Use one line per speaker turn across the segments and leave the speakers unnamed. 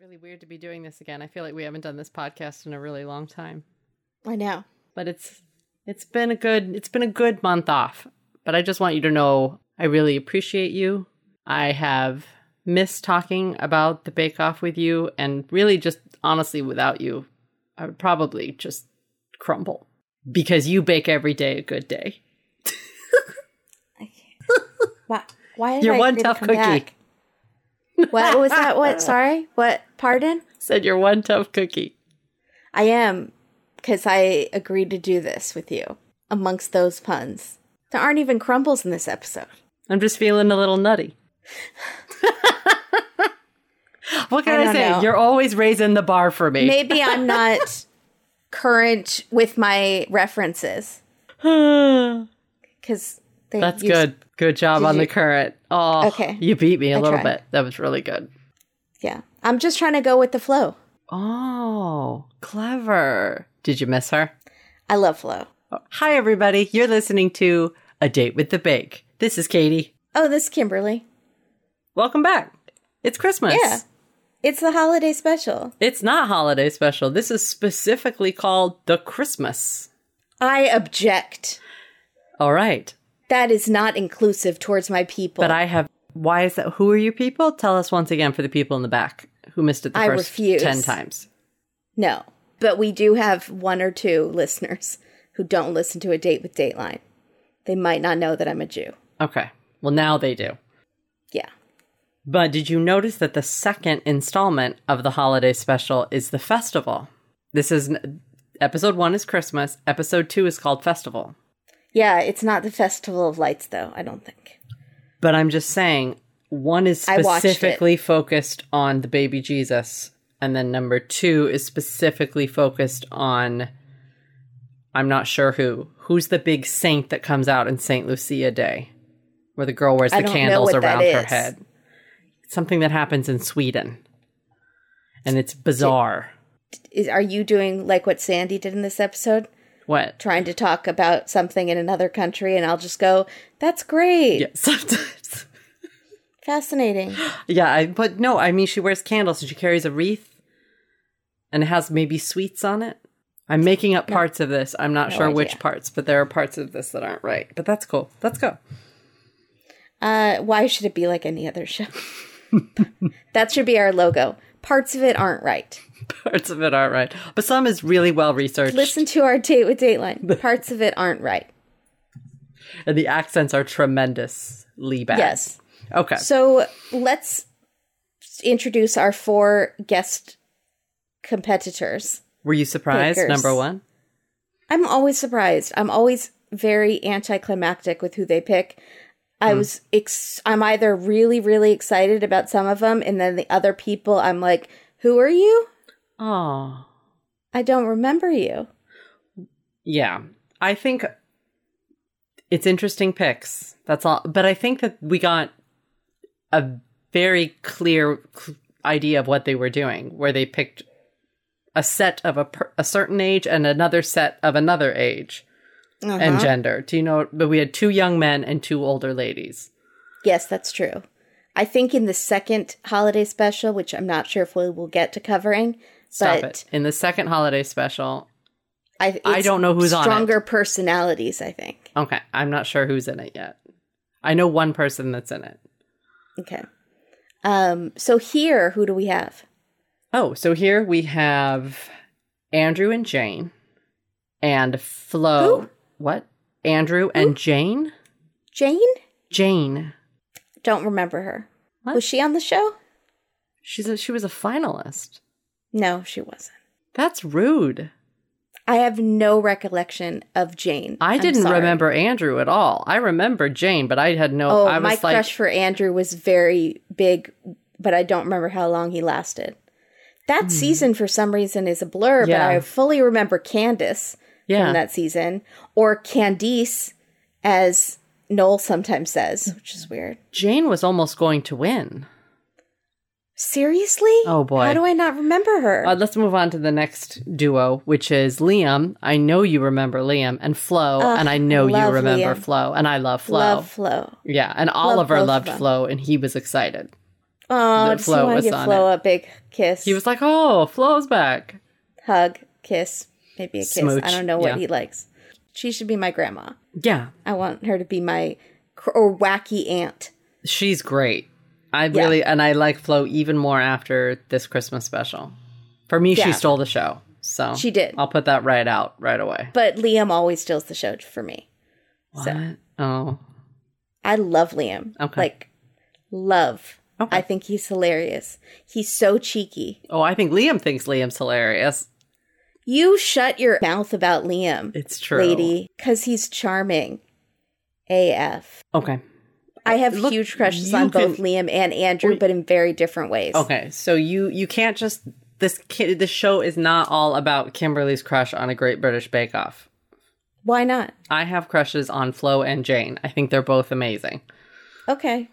really weird to be doing this again. I feel like we haven't done this podcast in a really long time.
I know.
But it's it's been a good it's been a good month off. But I just want you to know I really appreciate you. I have missed talking about the bake off with you and really just honestly without you I would probably just crumble because you bake every day a good day.
Why? Why did
You're
I
one
didn't
tough
come
cookie.
back? What was that? What? Sorry. What? Pardon?
Said you're one tough cookie.
I am because I agreed to do this with you. Amongst those puns, there aren't even crumbles in this episode.
I'm just feeling a little nutty. what can
I
I,
don't
say?
know.
You're always raising the bar for me.
Maybe I'm not current with my references because
That's good. Good job
Did
on the
you-
current. Oh,
Okay.
You beat me a
I
little
tried.
bit. That was really good.
Yeah, I'm just trying to go with the flow.
Oh, clever. Did you miss her?
I love flow.
Hi, everybody. You're listening to A Date with the Bake. This is Katie.
Oh, this is Kimberly.
Welcome back. It's Christmas.
Yeah. It's the holiday special.
It's not holiday special. This is specifically called the Christmas.
I object.
All right.
That is not inclusive towards my people.
But I have. Why is that? Who are you people? Tell us once again for the people in the back who missed it the
I
first
refuse.
10 times.
no. But we do have one or two listeners who don't listen to a date with Dateline. They might not know that I'm a Jew.
Okay. Well, now they do.
Yeah.
But did you notice that the second installment of the holiday special is the festival? This is episode one is Christmas, episode two is called Festival.
Yeah, it's not the Festival of Lights though, I don't think.
But I'm just saying, one is
I watched it.
specifically focused on the baby Jesus, and then number two is specifically focused on I'm not sure who. Who's the big saint that comes out in St. Lucia Day, where the girl wears
I
the
don't know
candles
what that
around her
is.
head? Something that happens in Sweden, and it's bizarre.
Is, are you doing like what Sandy did in this episode?
What?
Trying to talk about something in another country and I'll just go, that's great.
Yeah, sometimes.
Fascinating.
Yeah, I, but no, I mean, she wears candles and she carries a wreath and it has maybe sweets on it. I'm making up parts of this. I'm not sure which
idea.
parts, but there are parts of this that aren't right. But that's cool. Let's go.
Uh, why should it be like any other show? that should be our logo. Parts of it aren't right.
Parts of it aren't right, but some is really well researched.
Listen to our date with Dateline. Parts of it aren't right.
And the accents are tremendously bad.
Yes.
Okay.
So let's introduce our four guest competitors.
Were you surprised?
Bakers.
Number one.
I'm always surprised. I'm always very anticlimactic with who they pick. I
Hmm.
was ex- I'm either really really excited about some of them and then the other people I'm like, "Who are you?
Oh,
I don't remember you."
yeah. I think it's interesting picks. That's all. But I think that we got a very clear cl- idea of what they were doing, where they picked a set of a, per- a certain age and another set of another age and gender. Do you know? But we had two young men and two older ladies.
Yes, that's true. I think in the second holiday special, which I'm not sure if we will get to covering,
Stop
but
it. In the second holiday special.
I,
I
it's
don't know who's on it.
stronger personalities. I think.
Okay. I'm not sure who's in it yet. I know one person that's in it.
Okay. Um. So here, who do we have?
Oh, so here we have Andrew and Jane and Flo.
Who?
What? Andrew and Jane?
Jane.
Jane.
Don't remember her.
What?
Was she on the show?
She's a, she was a finalist.
No, she wasn't.
That's rude.
I have no recollection of Jane.
I
I'm
didn't
sorry.
remember Andrew at all. I remember Jane, but I had no
Oh,
I was
my
like
crush for Andrew was very big, but I don't remember how long he lasted. That season, for some reason, is a blur,
Hmm. Yeah.
but I fully remember Candace
Yeah.
from that season, or Candice, as Noel sometimes says, which is weird.
Jane was almost going to win.
Seriously?
Oh, boy.
How do I not remember her?
Uh, let's move on to the next duo, which is Liam. I know you remember Liam and Flo,
Ugh,
and I know you
love
remember
Liam.
Flo, and I love Flo.
Love Flo.
Yeah, and Oliver
both of
loved
them.
Flo, and he was excited.
Oh,
that
just
Flo
want
was
to give
on
Flo a big kiss.
He was like, "Oh, Flo's back."
hug, kiss, maybe a kiss.
Smooch,
I don't know what
yeah.
he likes. She should be my grandma.
Yeah,
I want her to be my cr- or wacky aunt.
she's great. I really and I like Flo even more after this Christmas special. For me,
Yeah.
she stole the show. So
She did.
I'll put that right out right away.
But Liam always steals the show for me.
What? Oh,
I love Liam.
Okay.
Like love.
Okay.
I think he's hilarious. He's so cheeky.
oh, I think Liam thinks Liam's hilarious.
You shut your mouth about Liam,
It's true,
lady, cuz he's charming. AF.
Okay,
I have
Look,
huge crushes
you
on both
can-
Liam and Andrew, but in very different ways.
okay. So you you can't just this kid. This show is not all about Kimberly's crush on a Great British Bake Off.
Why not?
I have crushes on Flo and Jane. I think they're both amazing.
Okay.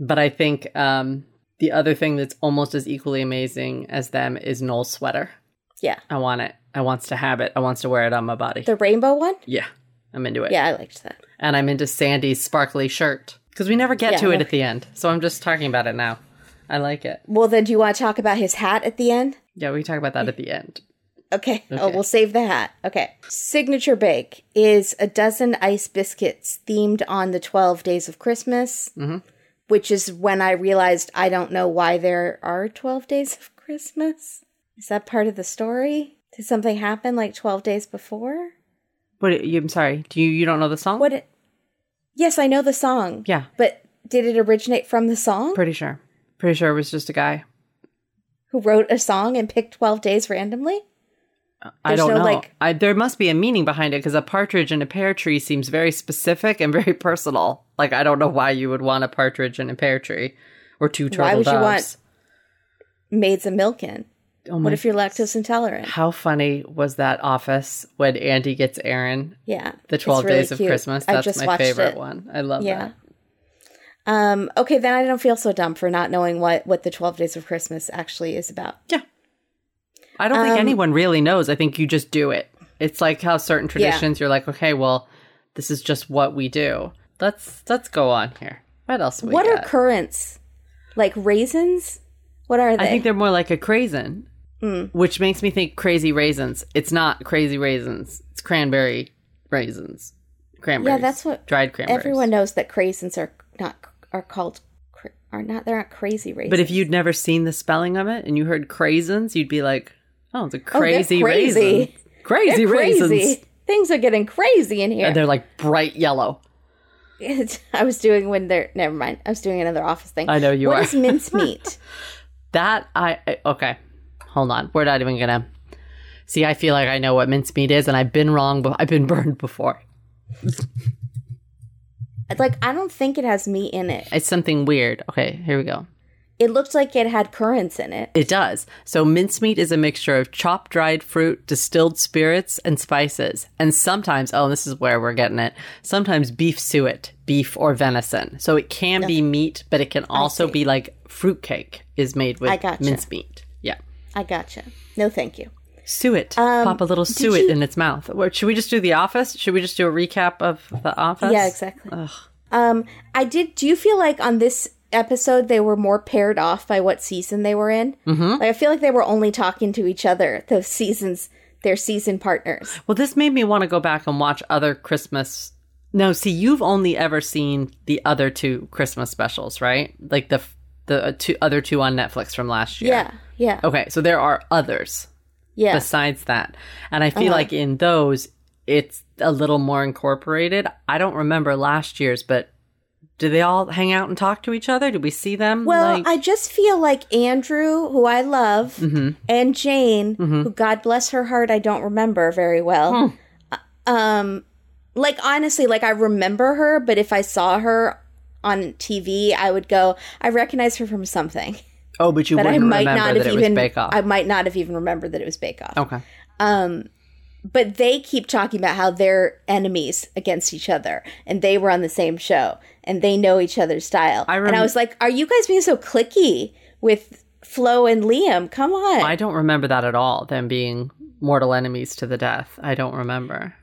But I think um, the other thing that's almost as equally amazing as them is Noel's sweater.
Yeah.
I want it. I wants to have it. I wants to wear it on my body.
The rainbow one?
yeah, I'm into it.
Yeah, I liked that.
And I'm into Sandy's sparkly shirt because we never get
Yeah,
to it
never.
at the end. So I'm just talking about it now. I like it.
Well, then, do you want to talk about his hat at the end?
Yeah, we can talk about that at the end.
Okay. Oh,
Okay.
we'll save the hat. Okay. Signature Bake is a dozen ice biscuits themed on the 12 days of Christmas,
Mm-hmm.
which is when I realized I don't know why there are 12 days of Christmas. Is that part of the story? Did something happen like 12 days before?
What? You, I'm sorry. Do you you don't know the song?
What? It, yes, I know the song.
Yeah,
But did it originate from the song?
pretty sure. Pretty sure it was just a guy.
Who wrote a song and picked 12 days randomly?
I
There's
don't
no,
know.
like-
I, there must be a meaning behind it because a partridge in a pear tree seems very specific and very personal. Like I don't know why you would want a partridge in a pear tree or two turtle
Why would you
doves.
Maids of Milkin.
You want, oh my,
What if you're lactose intolerant?
how funny was that office when Andy gets Aaron
Yeah.
the
it's
twelve
really
days of
cute.
Christmas?
I
That's
just
my
watched
favorite
it.
one. I love
Yeah.
that.
Um, okay, then I don't feel so dumb for not knowing what, what the 12 Days of Christmas actually is about.
Yeah. I don't think
Um,
anyone really knows. I think you just do it. It's like how certain traditions you're like, okay, well, this is just what we do. Let's let's go on here. What else? We
what
got?
are currants? Like raisins? What are they?
I think they're more like a craisin,
Hmm.
which makes me think crazy raisins. It's not crazy raisins. It's cranberry raisins. Cranberries.
that's what
dried cranberries.
Everyone knows that craisins are not are called cr- are not they're not crazy raisins.
But if you'd never seen the spelling of it and you heard craisins, you'd be like, "Oh, it's a crazy
crazy.
raisin. Crazy
They're
raisins."
crazy. Things are getting crazy in
And they're
here.
like bright yellow.
I was doing when they're never mind. I was doing another office thing.
I know you are.
What is mincemeat?
That I I- okay. Hold on. We're not even gonna see. I feel like I know what mincemeat is, and I've been wrong. But I've been burned before.
like I don't think it has meat in it.
It's something weird. Okay, here we go.
It looked like it had currants in it.
It does. So mincemeat is a mixture of chopped dried fruit, distilled spirits, and spices. And sometimes, oh, this is where we're getting it. Sometimes beef suet, beef or venison. So it can be meat, but it can also be like fruitcake is made
I
with
gotcha.
mincemeat. Yeah.
I gotcha. No, thank you.
Suet.
Um,
Pop a little suet in its mouth. What- Should we just do the office? Should we just do a recap of the office?
Yeah, exactly. Um, I did. Do you feel like on this episode they were more paired off by what season they were in? Mm-hmm. Like I feel like they were only talking to each other. Those seasons, their season partners.
Well, this made me want to go back and watch other Christmas. No, see, you've only ever seen the other two Christmas specials, right? Like the f- the uh, two other two on Netflix from last year.
Yeah, yeah,
Okay, Oh, so there are others
yeah.
besides that, and I feel
Uh-huh.
like in those it's a little more incorporated. I don't remember last year's, but do they all hang out and talk to each other? Do we see them?
well,
like,
I just feel like Andrew, who I love,
Mm-hmm.
and Jane, who God bless her heart, I don't remember very well. Uh, Um, like honestly, like I remember her, but if I saw her on TV, I would go, I recognize her from something.
oh, but you
but I
wouldn't
might
remember
not
that
have
it was
even
Bake Off.
I might not have even remembered that it was Bake Off.
okay,
But they keep talking about how they're enemies against each other, and they were on the same show, and they know each other's style.
I
and
rem-
I was like, "Are you guys being so clicky with Flo and Liam? Come on!"
I don't remember that at all. Them being mortal enemies to the death. I don't remember.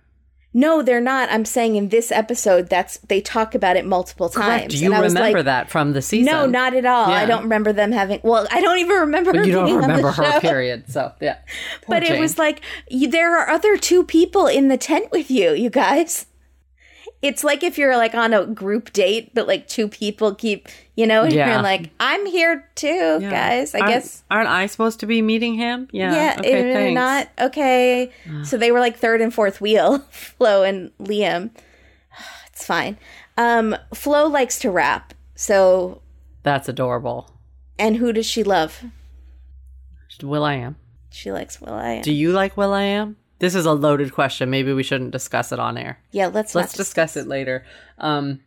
No, they're not. I'm saying in this episode, that's they talk about it multiple times.
Correct. Do you
And I was
remember
like,
that from the season?
No, not at all. I
Yeah.
don't remember them having. Well, I don't even remember.
But
her
you don't
being on the
remember her
show.
period. So yeah, Poor
But it
Jane.
was like you, there are other two people in the tent with you, you guys. It's like if you're like on a group date, but like two people keep, you know, and
Yeah.
you're like, I'm here too,
Yeah.
guys. I
Aren't-
guess.
aren't I supposed to be meeting him? Yeah.
Yeah,
Okay.
and
thanks.
not okay. So they were like third and fourth wheel, Flo and Liam. It's fine. Um, Flo likes to rap. So,
That's adorable.
and who does she love?
Will I am.
She likes Will I.
Do you like Will I am? This is a loaded question. Maybe we shouldn't discuss it on air.
Yeah, let's
Let's
not
discuss it later. Um,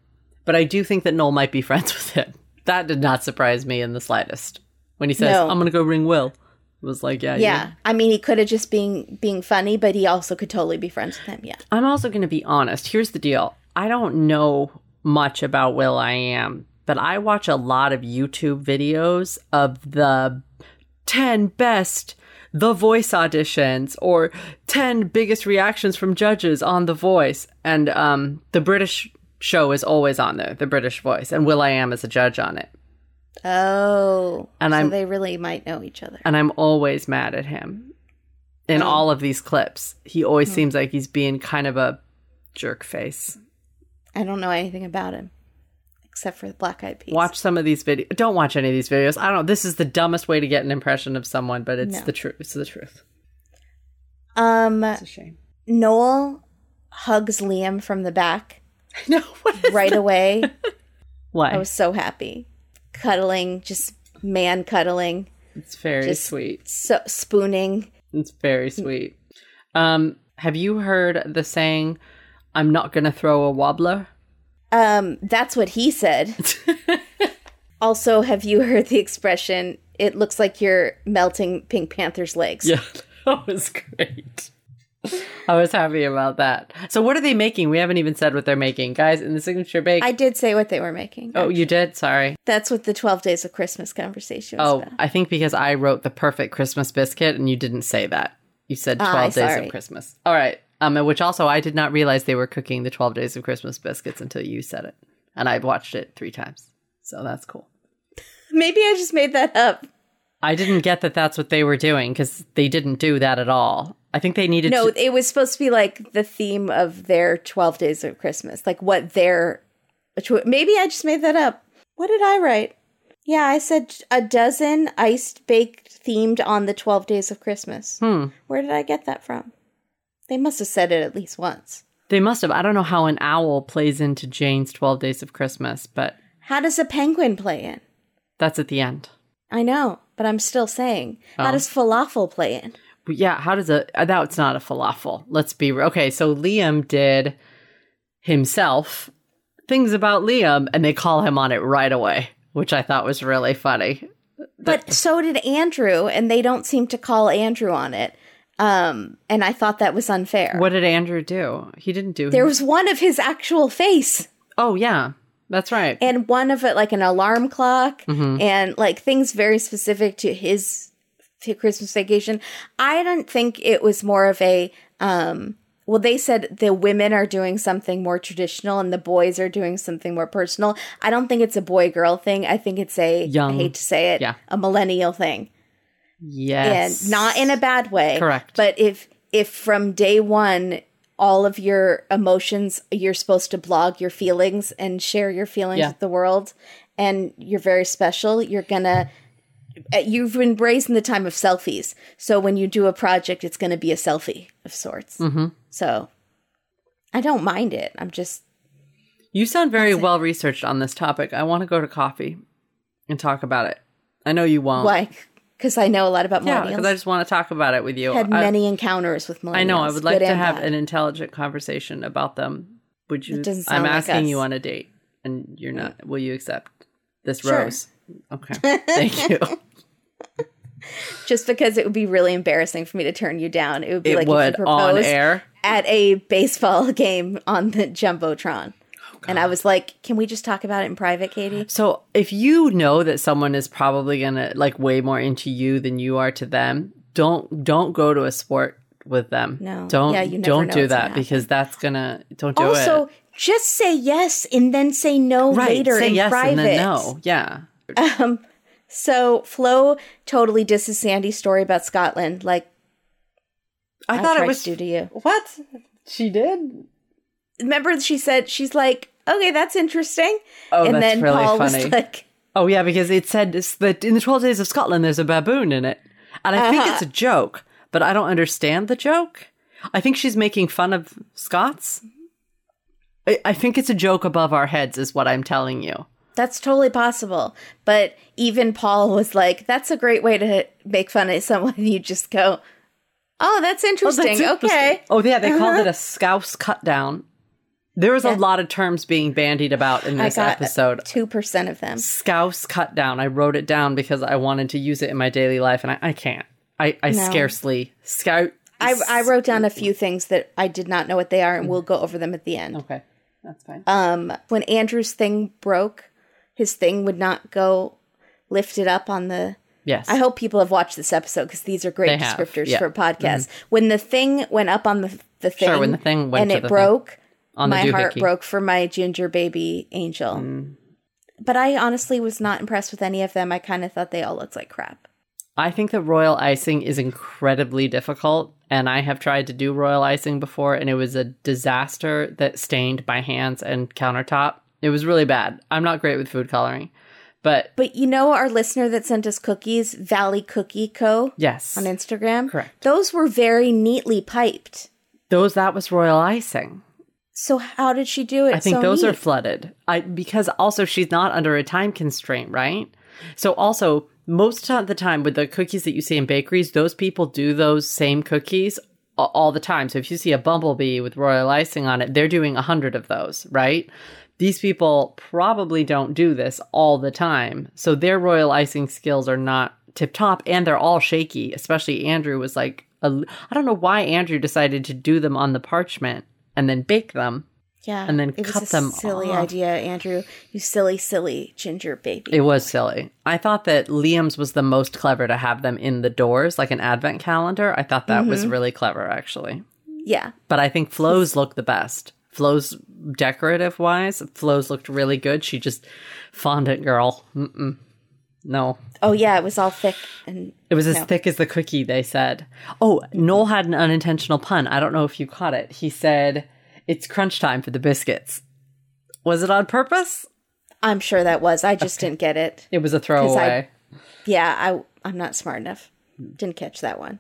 but I do think that Noel might be friends with him. That did not surprise me in the slightest. When he says,
No.
"I'm gonna go ring Will," it was like, "Yeah,
Yeah. I mean, he could have just been being funny, but he also could totally be friends with him. Yeah.
I'm also going to be honest. Here's the deal. I don't know much about Will I Am, but I watch a lot of YouTube videos of the 10 best The Voice auditions or 10 biggest reactions from judges on The Voice. And um, the British show is always on there, The British Voice, and Will I Am is a judge on it.
Oh.
And
so
I'm-
they really might know each other.
And I'm always mad at him in all of these clips. He always seems like he's being kind of a jerk face.
I don't know anything about him except for the black eyed peas.
Watch some of these videos. Don't watch any of these videos. I don't know. This is the dumbest way to get an impression of someone, but it's
No.
the truth. It's the truth.
Um,
It's a shame.
Noel hugs Liam from the back
No, what is
right away.
Why?
I was so happy. Cuddling, just man cuddling,
it's very
just-
sweet.
so spooning.
It's very sweet. Um, have you heard the saying, I'm not going to throw a wobbler?
Um, that's what he said. also, have you heard the expression? It looks like you're melting Pink Panther's legs.
Yeah, that was great. I was happy about that. So, what are they making? We haven't even said what they're making. Guys, in the signature bake.
I did say what they were making.
oh, you did? Sorry.
That's what the 12 Days of Christmas conversation was
Oh,
about.
I think because I wrote the perfect Christmas biscuit and you didn't say that. You said 12
Ah,
days
sorry.
of Christmas. All right. Um, and which also I did not realize they were cooking the 12 days of Christmas biscuits until you said it. And I've watched it three times. So that's cool.
Maybe I just made that up.
I didn't get that that's what they were doing because they didn't do that at all. I think they needed
No,
to.
it was supposed to be like the theme of their 12 Days of Christmas, like what their. which wa- Maybe I just made that up. What did I write? Yeah, I said a dozen iced baked themed on the 12 Days of Christmas.
Hmm.
Where did I get that from? They must have said it at least once.
They must have. I don't know how an owl plays into Jane's 12 days of Christmas, but
How does a penguin play in?
that's at the end.
I know, but I'm still saying. How
Oh.
does falafel play in?
But yeah, how does a uh, that's not a falafel? Let's be re- okay. So Liam did himself things about Liam, and they call him on it right away, which I thought was really funny.
But so did Andrew, and they don't seem to call Andrew on it. Um, and I thought that was unfair.
What did Andrew do? He didn't do.
There was one of his actual face,
oh yeah, that's right.
and one of it like an alarm clock,
Mm-hmm.
and like things very specific to his to Christmas vacation. I don't think it was more of a. Um, well, they said the women are doing something more traditional, and the boys are doing something more personal. I don't think it's a boy girl thing. I think it's a I
Young.
hate to say it,
Yeah.
a millennial thing.
yes,
and not in a bad way
Correct.
but if if from day one all of your emotions you're supposed to blog your feelings and share your feelings
Yeah.
with the world and you're very special you're gonna uh, you've been raised in the time of selfies so when you do a project it's gonna be a selfie of sorts
Mm-hmm.
so i don't mind it i'm just
You sound very well researched on this topic. I want to go to coffee and talk about it. I know you won't.
like because i know a lot about
Yeah,
millennials
because I just want to talk about it with you.
I had
I-
many encounters with millennials
I know. I would like
good
to
and
have
bad.
an intelligent conversation about them. Would you?
It doesn't
I'm
sound like
asking
us.
you on a date, and you're not. Will you accept this
Sure.
rose? Okay. Thank you.
just because it would be really embarrassing for me to turn you down. It would be
it
like if
would
you
on
proposed
air.
at a baseball game on the jumbotron.
Oh,
and I was like, "Can we just talk about it in private, Katie?"
So if you know that someone is probably gonna like way more into you than you are to them, don't don't go to a sport with them.
No.
don't
Yeah, you never
don't
know
do
what's gonna
that because that's gonna don't do
also,
it.
just say yes and then say no
Right,
later
say
in
yes
private.
and then no. Yeah,
So Flo totally disses Sandy's story about Scotland. Like
I,
I,
thought
tried
it was
to do to you.
what she did.
Remember, she said she's like, okay, that's interesting.
Oh,
and
that's
then
really
Paul
funny.
was like,
Oh yeah, because it said it's that in the Twelve Days of Scotland, there's a baboon in it, and I think
Uh-huh.
it's a joke, but I don't understand the joke. I think she's making fun of Scots. I, I think it's a joke above our heads, is what I'm telling you.
that's totally possible. But even Paul was like, that's a great way to make fun of someone. You just go, oh, that's interesting. Okay. Uh-huh.
Oh yeah, they called it a scouse cut down. There was a lot of terms being bandied about in this episode.
two percent of them.
Scouse cut down. I wrote it down because I wanted to use it in my daily life, and I, I can't. I, I scarcely scout.
I, I wrote down a few things that I did not know what they are, and we'll go over them at the end.
okay, that's fine.
Uh, when Andrew's thing broke, his thing would not go lifted up on the.
yes,
I hope people have watched this episode because these are great
They have,
descriptors
yeah. Mm-hmm.
for a podcast. When the thing went up on the the thing,
Sure, when the thing went
and
to
it
the thing.
broke,
On the
my heart
doohickey. Mm.
broke for my ginger baby angel. But I honestly was not impressed with any of them. I kind of thought they all looked like crap.
I think that royal icing is incredibly difficult, and I have tried to do royal icing before, and it was a disaster that stained my hands and countertop. It was really bad. I'm not great with food coloring, but
But you know, our listener that sent us cookies, Valley Cookie Co.
yes,
on Instagram,
Correct.
Those were very neatly piped.
those that was royal icing.
So how did she do it?
I think
so
those
neat?
are flooded. I because also she's not under a time constraint, right? So also most of the time with the cookies that you see in bakeries, those people do those same cookies a- all the time. So if you see a bumblebee with royal icing on it, they're doing a hundred of those, right? These people probably don't do this all the time. So their royal icing skills are not tip top and they're all shaky, especially Andrew was like, a, I don't know why Andrew decided to do them on the parchment and then bake them.
Yeah,
and then
it was
cut
a
them
Silly
off.
idea, Andrew. You silly, silly ginger baby.
It was silly. I thought that Liam's was the most clever to have them in the doors, like an advent calendar. I thought that
Mm-hmm.
was really clever, actually.
yeah,
But I think Flo's looked the best. Flo's decorative wise, Flo's looked really good. She just fondant girl. Mm-mm. No,
oh yeah, it was all thick and
it was as
No.
thick as the cookie. They said. Oh, Noel had an unintentional pun. I don't know if you caught it. He said, "It's crunch time for the biscuits." Was it on purpose?
I'm sure that was. I just didn't get it.
It was a
I-
throwaway.
Yeah, I I'm not smart enough. Didn't catch that one.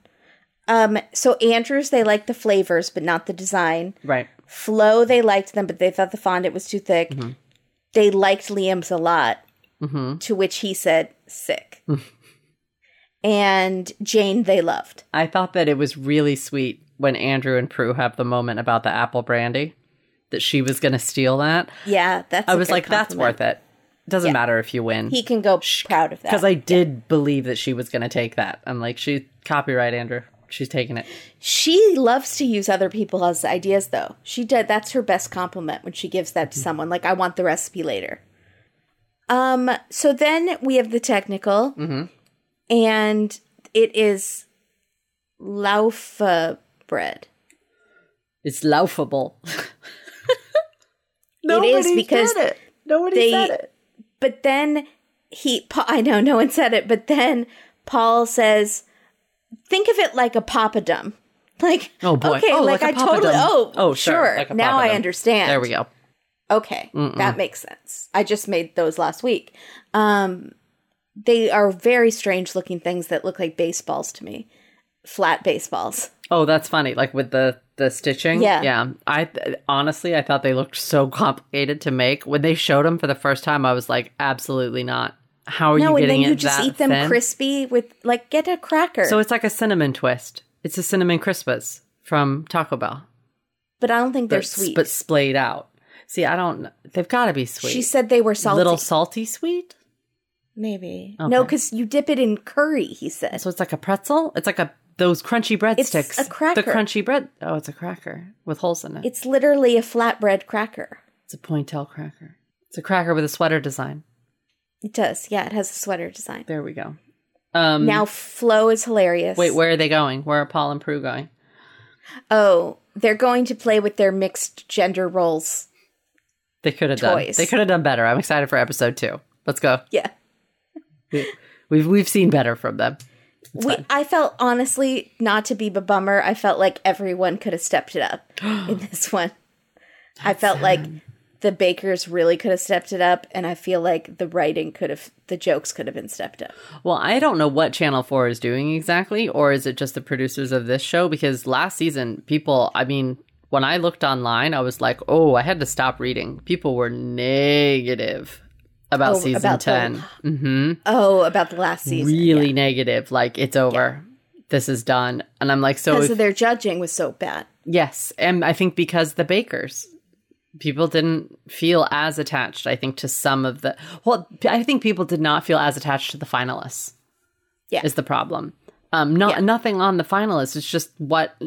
Um, so Andrews, they liked the flavors, but not the design.
right.
Flo, they liked them, but they thought the fondant was too thick.
Mm-hmm.
They liked Liam's a lot, to which he said sick. and Jane, they loved.
I thought that it was really sweet when Andrew and Prue have the moment about the apple brandy that she was going to steal that.
Yeah, that's.
I was like, that's worth it. Doesn't matter if you win.
He can go proud of that.
Because I did believe that she was going to take that. I'm like, she copyright Andrew. She's taking it.
She loves to use other people as ideas, though. She did. That's her best compliment when she gives that to someone. Like, I want the recipe later. Um. So then we have the technical, and it is laufa bread.
It's laughable.
because
said it. Nobody
they-
said it.
But then he, Pa- I know no one said it, but then Paul says, "Think of it like a poppadom." Like,
Oh, boy.
okay,
Oh,
like,
like a
I totally.
poppadom.
Oh,
Oh, sure,
sure.
like a
now I
poppadom.
understand.
There we go.
Okay, that makes sense. I just made those last week. Um, they are very strange looking things that look like baseballs to me, flat baseballs.
Oh, that's funny. Like with the the stitching.
Yeah.
yeah. I th- honestly, I thought they looked so complicated to make when they showed them for the first time. I was like, absolutely not. How are you
No, and then
getting it
you just
that
eat them
thin?
crispy with like get a cracker.
So it's like a cinnamon twist. It's a cinnamon crispus from Taco Bell,
but I don't think they're
but,
sweet.
but splayed out. See, I don't. They've got to be sweet.
she said they were salty.
little salty sweet.
Maybe no,
Okay.
because you dip it in curry. He said.
So it's like a pretzel. It's like a those crunchy breadsticks.
a cracker.
The crunchy bread. Oh, it's a cracker with holes in it.
It's literally a flatbread cracker.
It's a pointel cracker. It's a cracker with a sweater design.
It does. Yeah, it has a sweater design.
There we go. Um,
Now Flo is hilarious.
wait, where are they going? Where are Paul and Prue going?
oh, they're going to play with their mixed gender roles.
They could have done.
Toys.
They could have done better. I'm excited for episode two. Let's go.
Yeah.
We've we've seen better from them.
We, I felt honestly, not to be a bummer, I felt like everyone could have stepped it up in this one. I felt like the bakers really could have stepped it up, and I feel like the writing could have, the jokes could have been stepped up.
Well, I don't know what Channel 4 is doing exactly, or is it just the producers of this show? Because last season, people, I mean, when I looked online, I was like, oh, I had to stop reading. People were negative about
Oh,
season
about the
10. hmm
Oh, about the last season.
Really negative. Like, it's over. This is done. And I'm like, so,
Because
if,
of their judging was so bad.
yes. And I think because the bakers. People didn't feel as attached, I think, to some of the. Well, I think people did not feel as attached to the finalists.
Yeah.
is the problem. Um, not
Yeah.
nothing on the finalists. It's just what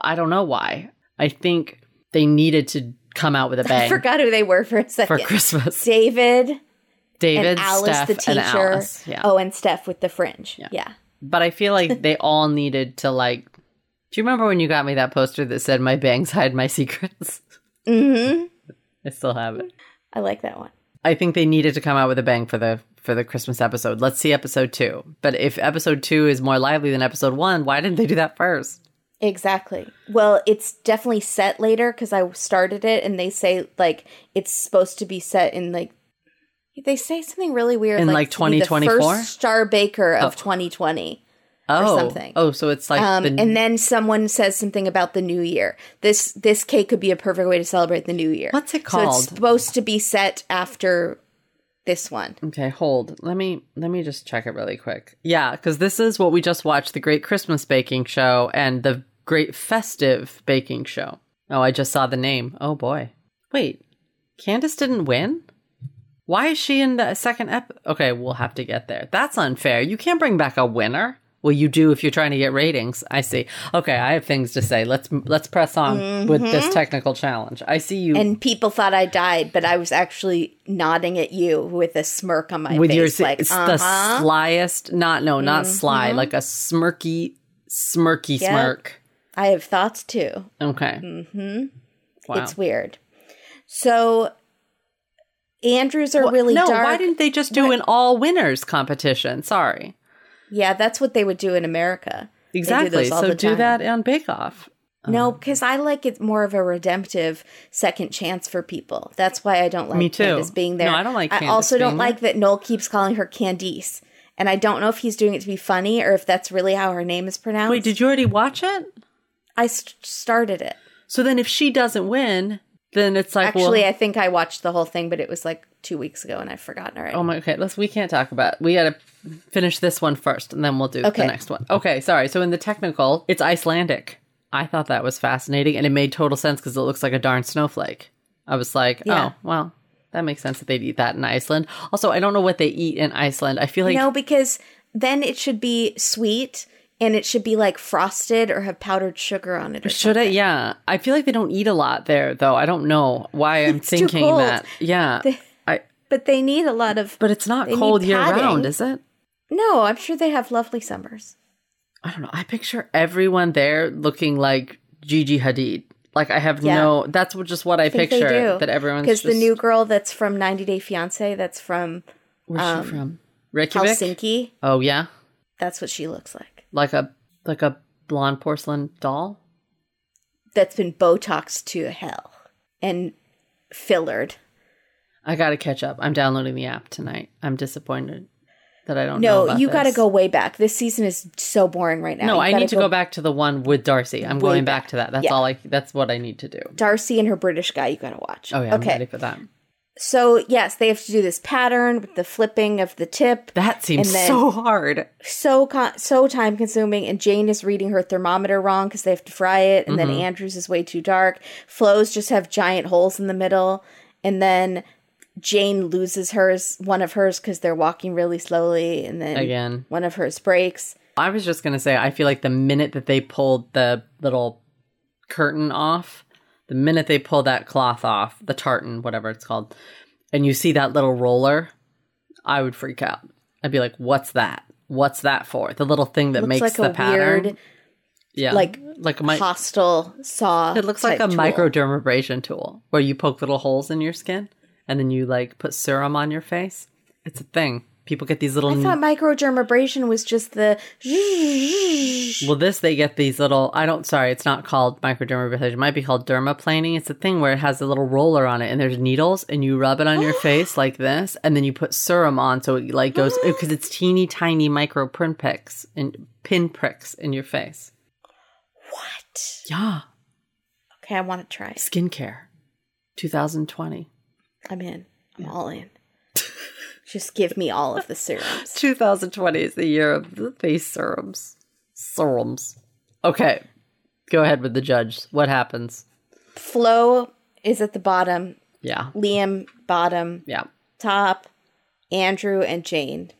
I don't know why. I think they needed to come out with a
I
bang
forgot who they were for a second.
for Christmas.
David
David,
and Alice,
Steph,
the teacher.
and Alice. Yeah,
Oh, and Steph with the fringe. Yeah.
but I feel like they all needed to like. Do you remember when you got me that poster that said "My bangs hide my secrets"?
Mm-hmm.
I still have it.
I like that one.
I think they needed to come out with a bang for the for the Christmas episode. Let's see episode two. But if episode two is more lively than episode one, why didn't they do that first?
Exactly. Well, it's definitely set later because I started it, and they say like it's supposed to be set in like they say something really weird
In, like,
it's gonna be the
2024?
first Star Baker of 2020,
Oh,
something.
oh, so it's like
um,
the
and then someone says something about the new year. This this cake could be a perfect way to celebrate the new year.
What's it
So
called?
it's supposed to be set after this one.
Okay, hold. Let me let me just check it really quick. Yeah, because this is what we just watched: the Great Christmas Baking Show and the Great Festive Baking Show. Oh, I just saw the name. Oh boy. Wait, Candace didn't win. Why is she in the second ep? Okay, we'll have to get there. That's unfair. You can't bring back a winner. Well, you do if you're trying to get ratings. I see. Okay, I have things to say. Let's let's press on with this technical challenge. I see you
And people thought I died, but I was actually nodding at you with a smirk on my
with
face,
your si-
like
it's the
uh-huh. Mm-hmm.
slyest not no not sly like a smirky smirky
Yep.
smirk
I have thoughts too.
okay mm-hmm. wow
It's weird. So Andrews are really
no
dark.
why didn't they just do an all winners competition sorry
yeah, that's what they would do in America. They do
exactly
those all
so
the
do
time.
that on bake off
No,
Um,
because I like it more of a redemptive second chance for people. That's why I don't like
Me too.
Candace being there.
No, I don't like
I
Candace
also don't
being
like that Noel keeps calling her Candice, and I don't know if he's doing it to be funny or if that's really how her name is pronounced.
wait did you already watch it
I st- started it.
so then if she doesn't win then it's like
Actually,
well,
I think I watched the whole thing, but it was like two weeks ago, and I've forgotten already.
oh my okay let's we can't talk about we gotta finish this one first and then we'll do
Okay.
the next one okay sorry so in the technical it's icelandic i thought that was fascinating and it made total sense because it looks like a darn snowflake i was like
Yeah.
oh well that makes sense that they'd eat that in iceland also i don't know what they eat in iceland i feel like
no, because then it should be sweet and it should be like frosted or have powdered sugar on it. Or
should it yeah i feel like they don't eat a lot there though i don't know why i'm
too
thinking
cold.
that yeah i
something. But they need a lot of.
but it's not
They need
cold year round
padding.
is it
No, I'm sure they have lovely summers.
I don't know. I picture everyone there looking like Gigi Hadid. Like I have
Yeah.
no. That's what, just what I,
think they
picture.
do.
That everyone's
Because
just.
the new girl that's from 90 Day Fiance, that's from
Where's
um,
she from? Reykjavik.
Helsinki,
Oh yeah,
that's what she looks like.
like a like a blonde porcelain doll.
That's been Botox to hell and fillered.
I gotta catch up. I'm downloading the app tonight. I'm disappointed that I don't. know
No,
about
you got to
this.
go way back. This season is so boring right now.
No,
You
I
gotta
need to go, back to the one with Darcy. I'm
Way
going
back.
back. to that. That's
Yeah.
all I. That's what I need to do.
Darcy and her British guy, you got to watch.
Oh yeah, I'm
okay.
ready for that.
So, yes, they have to do this pattern with the flipping of the tip.
That seems
And then-
so hard.
so con- so time consuming and Jane is reading her thermometer wrong cuz they have to fry it and
Mm-hmm.
then Andrews is way too dark. Flo's just have giant holes in the middle and then Jane loses hers one of hers cuz they're walking really slowly and then
Again.
one of hers breaks.
I was just gonna say, I feel like the minute that they pulled the little curtain off, the minute they pull that cloth off, the tartan, whatever it's called, and you see that little roller, I would freak out. I'd be like, "What's that? What's that for?" The little thing that
It's
makes
like
the
a
pattern.
weird
Yeah.
like
like my
hostile saw.
it looks like a
type tool.
microdermabrasion tool where you poke little holes in your skin and then you like put serum on your face. It's a thing. People get these little
I thought microdermabrasion was just the.
Well, this they get these little. I don't. Sorry, it's not called microdermabrasion. It might be called dermaplaning. It's a thing where it has a little roller on it, and there's needles, and you rub it on your face like this, and then you put serum on, so it like goes because it's teeny tiny micro pinpricks and pinpricks in your face.
What?
Yeah,
Okay, I want to try. it.
skincare, 2020,
I'm in. I'm all in. just give me all of the serums.
2020 is the year of the face serums, serums. Okay, go ahead with the judge. What happens?
Flo is at the bottom.
Yeah,
Liam bottom
yeah.
top. Andrew and Jane.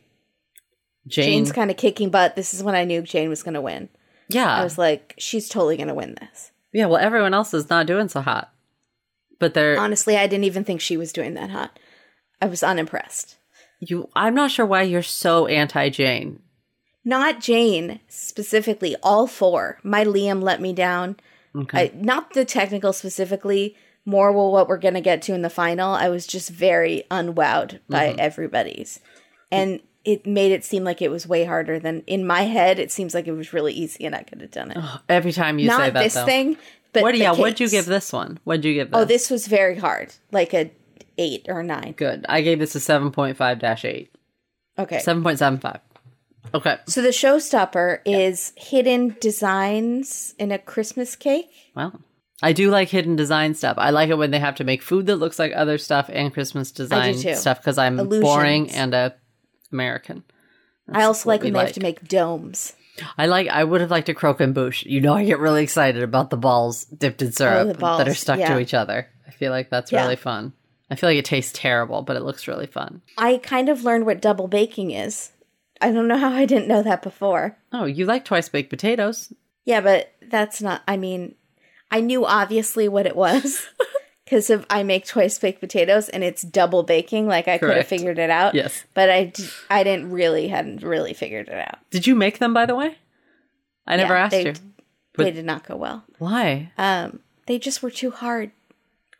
Jane,
Jane's kind of kicking butt. This is when I knew Jane was going to win.
yeah.
I was like, she's totally going to win this.
Yeah, well, everyone else is not doing so hot, but they're
Honestly, I didn't even think she was doing that hot. I was unimpressed.
you. I'm not sure why you're so anti Jane.
Not Jane specifically, all four. My Liam let me down. I, not the technical specifically, more well, what we're going to get to in the final. I was just very unwowed by
Mm-hmm.
everybody's. And it made it seem like it was way harder than in my head. It seems like it was really easy and I could have done it.
Every time you say
not
that,
this
though.
thing, but
what?
the
Yeah, what'd you
cakes.
give this one? What'd you give? This?
Oh, this was very hard, like a eight or a nine.
good. I gave this a seven point five dash eight.
Okay.
Seven point seven five. Okay.
So the showstopper is hidden designs in a Christmas cake.
Well, I do like hidden design stuff. I like it when they have to make food that looks like other stuff and Christmas design
too.
stuff because I'm
Illusions.
boring and a American.
I also like
we
when they
like.
have to make domes.
I like. I would have liked a croquembouche. You know, I get really excited about the balls dipped in syrup
Oh, the balls,
that are stuck
yeah.
to each other. I feel like that's
Yeah.
really fun. I feel like it tastes terrible, but it looks really fun.
I kind of learned what double baking is. I don't know how I didn't know that before.
Oh, you like twice baked potatoes?
Yeah, but that's not. I mean, I knew obviously what it was because of I make twice baked potatoes and it's double baking. Like I could have
Correct.
figured it out.
Yes.
but I d- I didn't really hadn't really figured it out.
Did you make them, by the way? I never
Yeah,
asked
they-
you.
they did not go well.
Why?
Um, they just were too hard,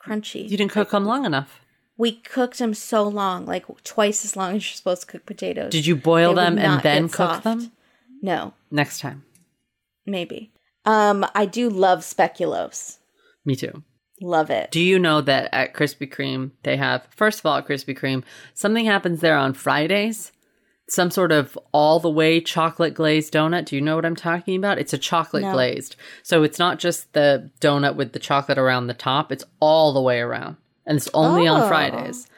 crunchy.
You didn't cook them long enough.
we cooked them so long, like twice as long as you're supposed to cook potatoes.
Did you boil
They would
them and
not
then
get
cook
soft.
them?
No,
Next time.
maybe. Um, I do love speculoos.
Me too.
Love it.
Do you know that at Krispy Kreme, they have, first of all, at Krispy Kreme, something happens there on Fridays? Some sort of all the way chocolate glazed donut. Do you know what I'm talking about? It's a chocolate
No.
glazed. So it's not just the donut with the chocolate around the top, it's all the way around. And it's only
Oh. Hmm.
on Fridays.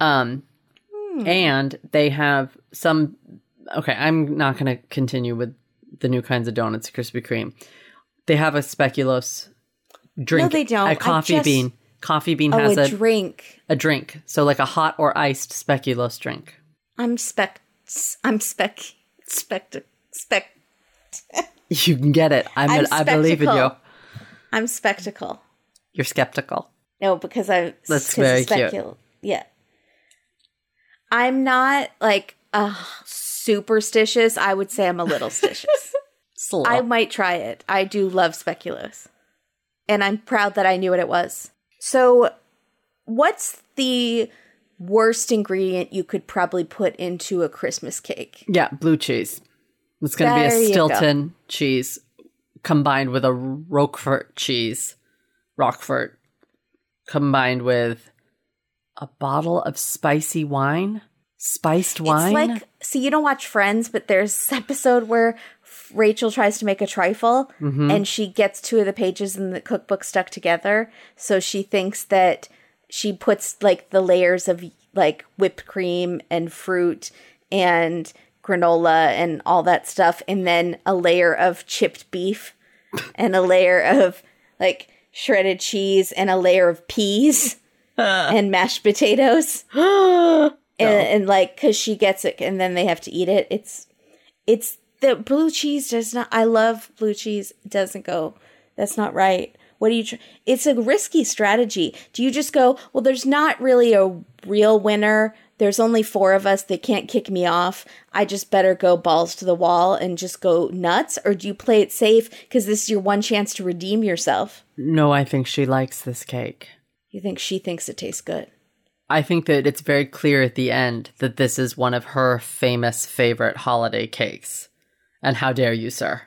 Um, And they have some. Okay, I'm not going to continue with the new kinds of donuts at Krispy Kreme. They have a speculoos drink.
they don't. I
A coffee
just-
bean. Coffee bean
oh,
has
a,
a,
drink.
a drink. So like a hot or iced speculoos drink.
I'm spec. I'm spec. Spect. Spec.
You can get it. I'm,
I'm
I believe in you.
spectacle. I'm spectacle.
You're skeptical.
No, because I.
That's
'cause of
very cute.
specul- Yeah. I'm not like uh, superstitious. I would say I'm a little stitious.
Slow.
I might try it. I do love speculoos. And I'm proud that I knew what it was. So, what's the worst ingredient you could probably put into a Christmas cake?
yeah, blue cheese. It's going to be
There
a
you go.
Stilton cheese combined with a Roquefort cheese. Roquefort combined with a bottle of spicy wine. Spiced wine.
It's like, see, you don't watch Friends, but there's this episode where F- Rachel tries to make a trifle and she gets two of the pages in the cookbook stuck together. So she thinks that she puts like the layers of like whipped cream and fruit and granola and all that stuff, and then a layer of chipped beef and a layer of like shredded cheese and a layer of peas and mashed potatoes and, and like because she gets it and then they have to eat it it's it's the blue cheese does not i love blue cheese It doesn't go that's not right what do you tr- it's a risky strategy do you just go well there's not really a real winner There's only four of us. They can't kick me off. I just better go balls to the wall and just go nuts. Or do you play it safe because this is your one chance to redeem yourself?
No, I think she likes this cake.
You think she thinks it tastes good?
I think that it's very clear at the end that this is one of her famous favorite holiday cakes. And how dare you, sir?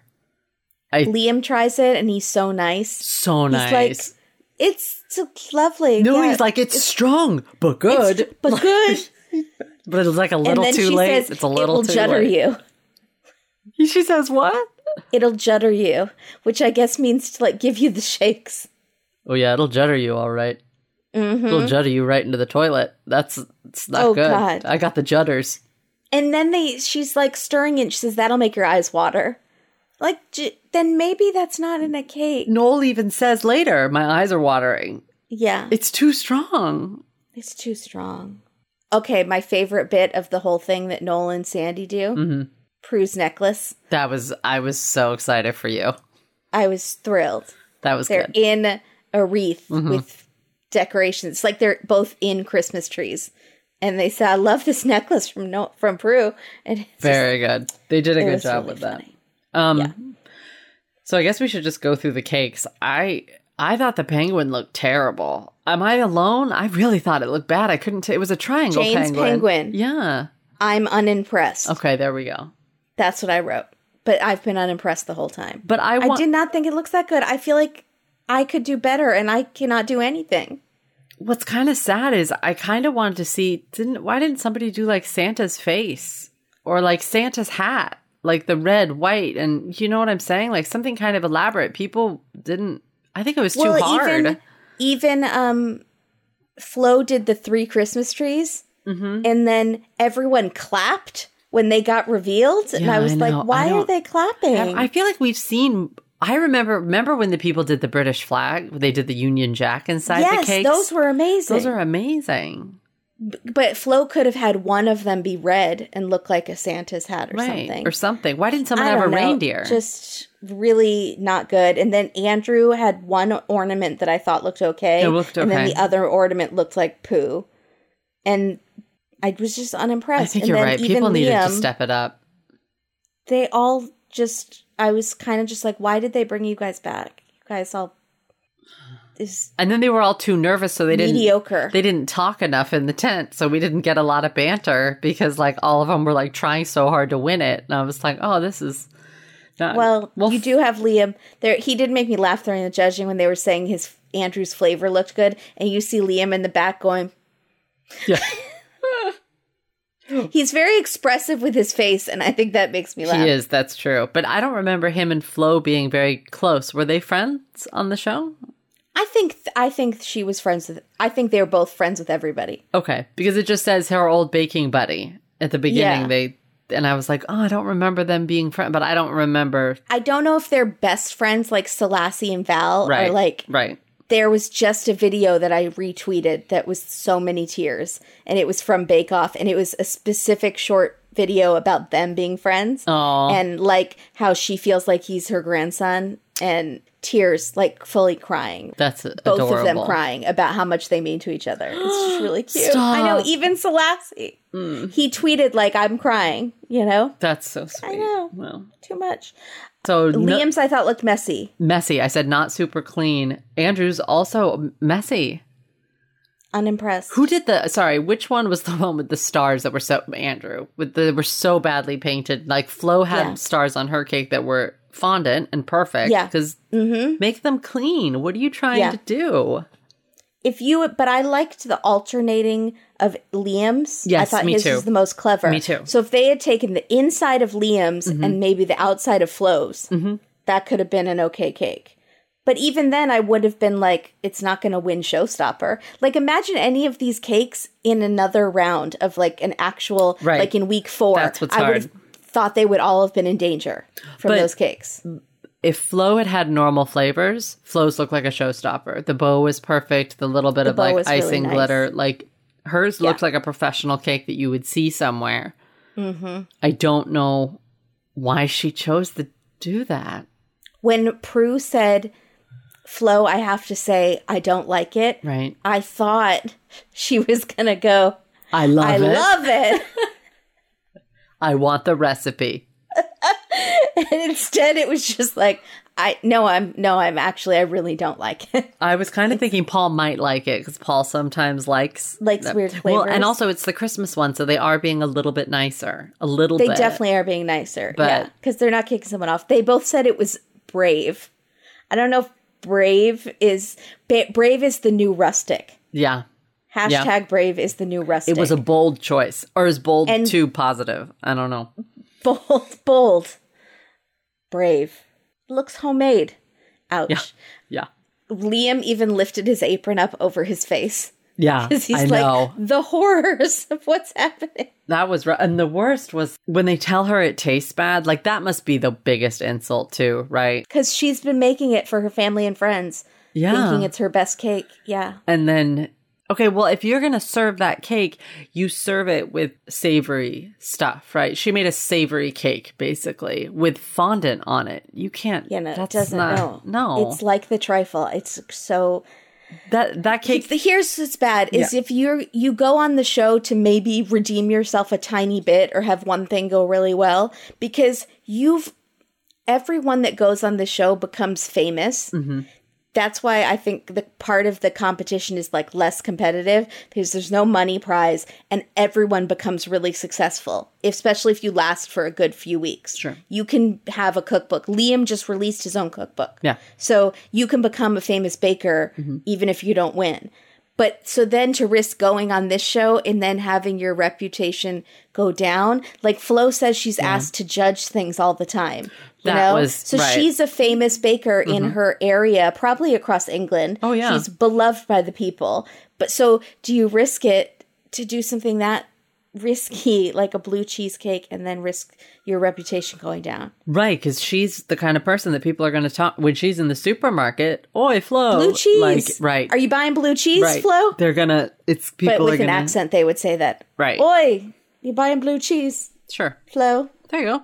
I
Liam tries it and he's so nice.
so
He's like,
nice.
It's so lovely.
no,
Yeah.
he's like it's, strong but good,
but good.
but it's like a
and
little
then
too
she
late.
says,
it's a little
It'll
too
judder
late.
you.
She says what?
It'll judder you, which I guess means to like give you the shakes.
Oh yeah, it'll judder you all right. It'll judder you right into the toilet. That's it's not
Oh,
good.
God.
I got the judders.
And then they, she's like stirring it. And she says, "That'll make your eyes water." Like, j- then maybe that's not in a cake.
Noel even says later, my eyes are watering.
Yeah,
It's too strong.
it's too strong. Okay, my favorite bit of the whole thing that Noel and Sandy do:
Mm-hmm.
Prue's necklace.
That was I was so excited for you.
I was thrilled.
That was
They're
good.
in a wreath
Mm-hmm.
with decorations. It's like they're both in Christmas trees. And they said, "I love this necklace from no- from Peru." And it's just-
Very good. They did a
it
good
was
job
really
with
funny.
that. Um So I guess we should just go through the cakes. I I thought the penguin looked terrible. Am I alone? I really thought it looked bad. I couldn't. T- it was a triangle
Jane's penguin.
Yeah.
I'm unimpressed.
Okay. There we go.
That's what I wrote. But I've been unimpressed the whole time.
But I,
I
want.
did not think it looks that good. I feel like I could do better and I cannot do anything.
What's kind of sad is I kind of wanted to see. Didn't why didn't somebody do like Santa's face or like Santa's hat, like the red, white, and you know what I'm saying? Like something kind of elaborate. People didn't. I think it was too hard.
even even um Flo did the three Christmas trees
Mm-hmm.
and then everyone clapped when they got revealed. and
Yeah,
I was
I know.
like,
I
why are
don't-
they clapping?
I I feel like we've seen. I remember. Remember when the people did the British flag? They did the Union Jack inside
yes,
the cakes.
those were amazing.
Those are amazing.
but Flo could have had one of them be red and look like a Santa's hat or
right
something.
or something. Why didn't someone
I
have a
don't know,
reindeer?
Just really not good. And then Andrew had one ornament that I thought looked okay.
It looked
And then
okay.
the other ornament looked like poo. And I was just
I
unimpressed.
think
and
you're
then
right.
Even
People
Liam,
needed to step it up.
They all just, I was kind of just like, why did they bring you guys back? You guys all is
And then they were all too nervous, so they didn't.
mediocre.
They didn't talk enough in the tent, so we didn't get a lot of banter because like all of them were like trying so hard to win it, and I was like, oh, this is not
well, you
f-
do have Liam there. He did make me laugh during the judging when they were saying his Andrew's flavor looked good, and you see Liam in the back going,
Yeah.
He's very expressive with his face, and I think that makes me laugh.
He is. That's true. But I don't remember him and Flo being very close. Were they friends on the show?
I think I think she was friends with. I think they were both friends with everybody.
Okay, because it just says her old baking buddy at the beginning.
Yeah.
They and I was like, oh, I don't remember them being friends, but I don't remember.
I don't know if they're best friends like Selassie and Val,
Right,
or like
right.
there was just a video that I retweeted that was so many tears, and it was from Bake Off, and it was a specific short video about them being friends,
Oh,
and like how she feels like he's her grandson, and tears like fully crying.
that's
both
adorable.
of them crying about how much they mean to each other. It's just really cute. I know,
Stop. Mm.
even Selassie. He tweeted like I'm crying, you know?
That's so sweet. I
know.
Well,
Too much.
so no-
Liam's I thought looked messy.
messy. I said not super clean. Andrew's also messy.
Unimpressed.
Who did the? Sorry, which one was the one with the stars that were so Andrew with the were so badly painted? Like Flo had
Yeah.
stars on her cake that were fondant and perfect.
Yeah. Mm-hmm.
because make them clean. What are you trying
Yeah.
to do?
if you but I liked the alternating of Liam's.
Yes,
I thought
me
his
too.
was the most clever.
Me too. Mm-hmm.
So if they had taken the inside of Liam's and maybe the outside of Flo's, that could have been an okay cake. But even then, I would have been like, it's not going to win Showstopper. Like, imagine any of these cakes in another round of like an actual,
Right.
like in week four.
That's what's
I would have
hard.
thought they would all have been in danger from
But-
those cakes.
if Flo had had normal flavors, Flo's looked like a showstopper. The bow was perfect. The little bit of
bow
like
was really
icing
nice.
glitter, like hers looked like a professional cake that you would see somewhere. Mm-hmm. I don't know why she chose to do that.
When Prue said, Flo, I have to say, I don't like it,
Right?
I thought she was going to go,
I love
I
it.
love it.
I want the recipe.
and instead, it was just like, I no, I'm no, I'm actually, I really don't like it.
I was kind of thinking Paul might like it because Paul sometimes likes
Likes weird
Well, and
flavors.
also it's the Christmas one, so they are being a little bit nicer, a little.
They
bit.
definitely are being nicer,
But-
yeah, because they're not kicking someone off. They both said it was brave. I don't know if brave is ba- brave is the new rustic.
yeah.
Hashtag brave is the new rustic.
It was a bold choice, or is bold
And-
too positive? I don't know.
bold, bold, brave. Looks homemade. Ouch.
Yeah,
Liam even lifted his apron up over his face
yeah.
because he's
I
like
know
the horrors of what's happening.
that was, rough. and the worst was when they tell her it tastes bad. Like that must be the biggest insult too, right?
Because she's been making it for her family and friends,
Yeah,
thinking it's her best cake. Yeah,
and then okay well if you're gonna serve that cake you serve it with savory stuff right she made a savory cake basically with fondant on it you can't
you know,
that's
doesn't
not
know.
no
It's like the trifle. It's so
that that cake
the here's what's bad is if you're you go on the show to maybe redeem yourself a tiny bit or have one thing go really well because you've everyone that goes on the show becomes famous that's why i think the part of the competition is like less competitive because there's no money prize and everyone becomes really successful especially if you last for a good few weeks
Sure.
you can have a cookbook liam just released his own cookbook
yeah Mm-hmm.
so you can become a famous baker even if you don't win. But so then to risk going on this show and then having your reputation go down, like Flo says she's asked to judge things all the time. You
That
know?
was-
so
right.
she's a famous baker in her area, probably across England.
Mm-hmm. Oh, yeah.
She's beloved by the people. But so do you risk it to do something that risky, like a blue cheesecake, and then risk your reputation going down?
right because she's the kind of person that people are gonna talk when she's in the supermarket oi flo
blue cheese.
like right
Are you buying blue cheese,
right
Flo?
they're gonna it's people
But with
are
an
gonna
accent, they would say that.
Right.
Oi, you buying blue cheese,
sure
Flo?
there you go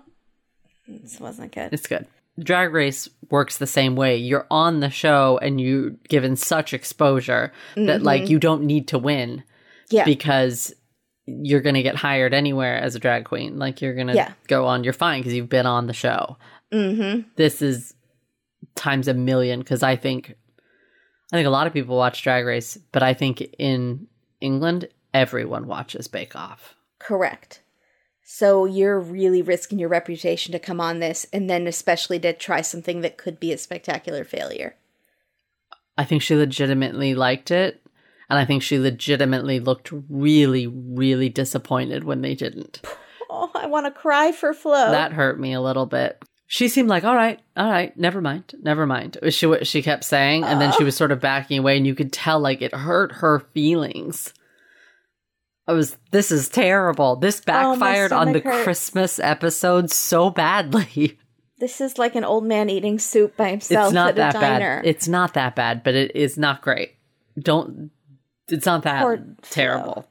This wasn't good.
It's good. Drag Race works the same way. You're on the show and you're given such exposure that like you don't need to win
Mm-hmm. yeah.
because you're going to get hired anywhere as a drag queen. Like you're going to
Yeah.
go on, you're fine because you've been on the show. Mm-hmm. This is times a million because I think I think a lot of people watch Drag Race, but I think in England everyone watches Bake Off.
Correct. So you're really risking your reputation to come on this, and then especially to try something that could be a spectacular failure.
I think she legitimately liked it. And I think she legitimately looked really, really disappointed when they didn't.
Oh, I want to cry for Flo.
That hurt me a little bit. She seemed like, all right, all right, never mind, never mind. She wa- she kept saying, and then
Oh.
she was sort of backing away, and you could tell like it hurt her feelings. I was, this is terrible. This
Oh, my
backfired on the
stomach hurts.
Christmas episode so badly.
this is like an old man eating soup by himself
it's not
at
that
a
bad.
diner.
It's not that bad, but it is not great. Don't. It's not that
Poor
terrible.